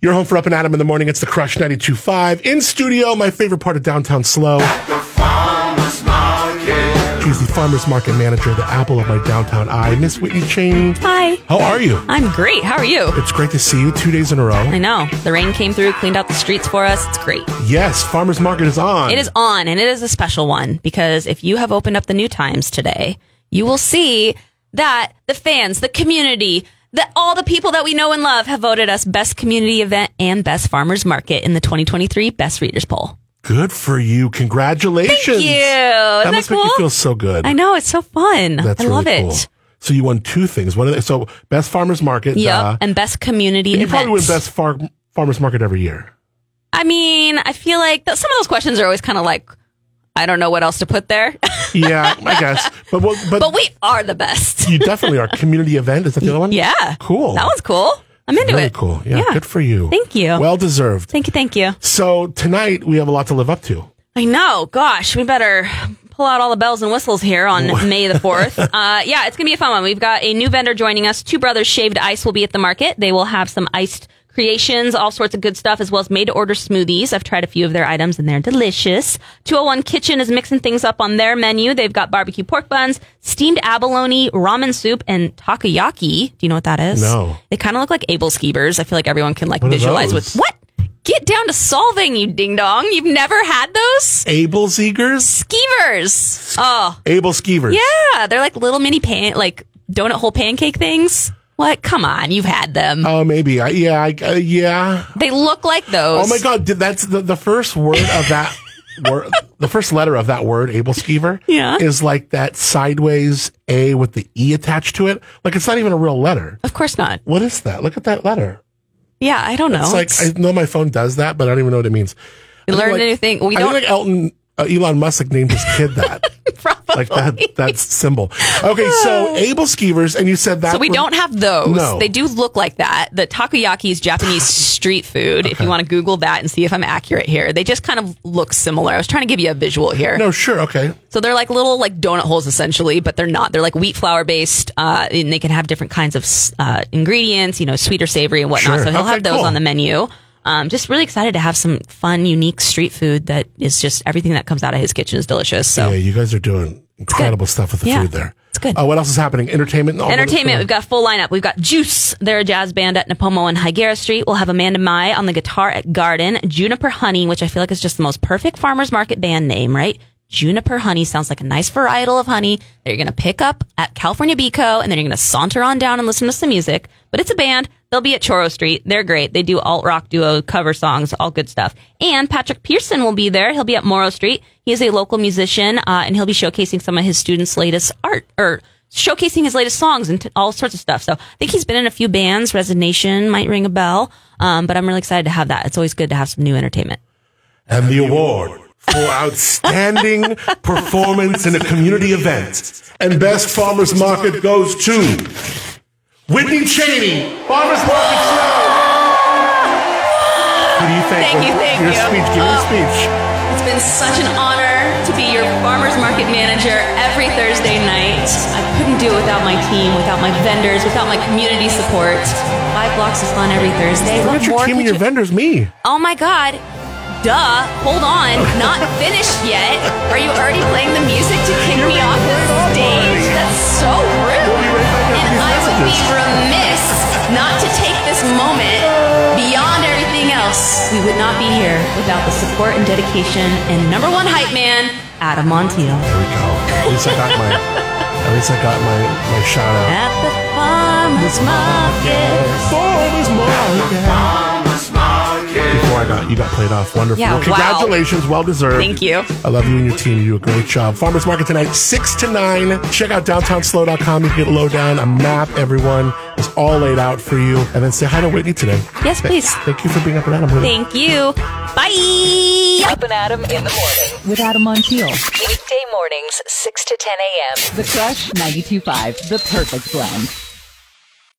You're home for Up and Adam in the morning. It's the Crush 92.5 in studio. My favorite part of downtown Slow. She's the farmers market manager, the apple of my downtown eye, Miss Whitney Cheney. Hi. How are you? I'm great. How are you? It's great to see you two days in a row. I know. The rain came through, cleaned out the streets for us. It's great. Yes, farmers market is on. It is on, and it is a special one because if you have opened up the new times today, you will see that the fans, the community, that all the people that we know and love have voted us best community event and best farmers market in the 2023 Best Readers Poll. Good for you. Congratulations. Thank you. Isn't That, that must make you cool? feel so good. I know. It's so fun. That's I really love cool. it. So you won two things. One of the, so best farmers market. Yep. duh. and best community you event. probably win best far, farmers market every year. I mean, I feel like th- some of those questions are always kind of like, I don't know what else to put there, Yeah, I guess. But what, but, but we are the best. you definitely are. Community event is that the other one? Yeah. Cool. That was cool. I'm into Very it. cool. Yeah, Good for you. Thank you. Well deserved. Thank you. Thank you. So tonight we have a lot to live up to. I know. Gosh, we better pull out all the bells and whistles here on May the 4th. Uh, yeah, it's going to be a fun one. We've got a new vendor joining us. Two Brothers Shaved Ice will be at the market. They will have some iced creations, all sorts of good stuff, as well as made to order smoothies. I've tried a few of their items and they're delicious. 201 Kitchen is mixing things up on their menu. They've got barbecue pork buns, steamed abalone, ramen soup, and takoyaki. Do you know what that is? No. They kind of look like Abel Skeevers. I feel like everyone can like What are visualize those? with what? Get down to solving, you ding dong. You've never had those? Able Zegers? Skeevers. Oh, Able Skeevers. yeah. They're like little mini pan, like donut hole pancake things. What? Come on. You've had them. Oh, maybe. I, yeah. I, uh, yeah. They look like those. Oh my God. Did, that's the, the first word of that word. The first letter of that word, Able Skeever, Yeah. is like that sideways A with the E attached to it. Like it's not even a real letter. Of course not. What is that? Look at that letter. Yeah, I don't know. It's like I know my phone does that, but I don't even know what it means. we I think, Oh, learned like- anything. We I think don't. like Elton uh, Elon Musk like, named his kid that. probably. like that that symbol. Okay, so Able Skeevers, and you said that so we were- don't have those. No. They do look like that. The takoyaki is Japanese street food. If you want to Google that and see if I'm accurate here, they just kind of look similar. I was trying to give you a visual here. No, sure, okay. So they're like little like donut holes essentially, but they're not. They're like wheat flour based, uh, and they can have different kinds of uh, ingredients, you know, sweet or savory and whatnot. Sure. So he'll Okay, have those cool. on the menu. Um, just really excited to have some fun, unique street food that is just everything that comes out of his kitchen is delicious. So Yeah, you guys are doing incredible stuff with the Yeah, food there. it's good. Uh, what else is happening? Entertainment. and all that Entertainment, is we've got a full lineup. We've got Juice, they're a jazz band at Napomo and Higuera Street. We'll have Amanda Mai on the guitar at Garden. Juniper Honey, which I feel like is just the most perfect farmer's market band name, right? Juniper Honey sounds like a nice varietal of honey that you're going to pick up at California Bico and then you're going to saunter on down and listen to some music. But it's a band. They'll be at Choro Street. They're great. They do alt rock duo cover songs, all good stuff. And Patrick Pearson will be there. He'll be at Morrow Street. He is a local musician, uh, and he'll be showcasing some of his students' latest art or showcasing his latest songs and t- all sorts of stuff. So I think he's been in a few bands. Resignation might ring a bell, um, but I'm really excited to have that. It's always good to have some new entertainment. And the award for outstanding performance in a community event and best farmers market goes to Whitney Cheney, Farmers Market Show. Who do you think? Thank you, thank your you. speech. Give your Oh. speech. It's been such an honor to be your farmers market manager every Thursday night. I couldn't do it without my team, without my vendors, without my community support. Five blocks of fun every Thursday. Look What at your more team and could your you- vendors. Me. Oh my God. Duh. Hold on. Not finished yet. Are you already playing the music to kick me off the stage? That's so rude. be right back after And these I would be messages. remiss not to take this moment beyond everything else. We would not be here without the support and dedication and number one hype man, Adam Montiel. There we go. At least I got my. At least I got my my shout out. At the farmer's market. Farmers market. Before I got you got played off, wonderful. Yeah, Well, wow. congratulations, well deserved. Thank you. I love you and your team. You do a great job. Farmers Market tonight, six to nine. Check out downtownslow.com. You can get low down, a map. Everyone is all laid out for you. And then say hi to Whitney today. Yes, Th- please. Thank you for being up and out. Thank Thank you. Bye. Up and Adam in the morning. with Adam Montiel. Weekday mornings, 6 to 10 a.m. The Crush 92.5, the perfect blend.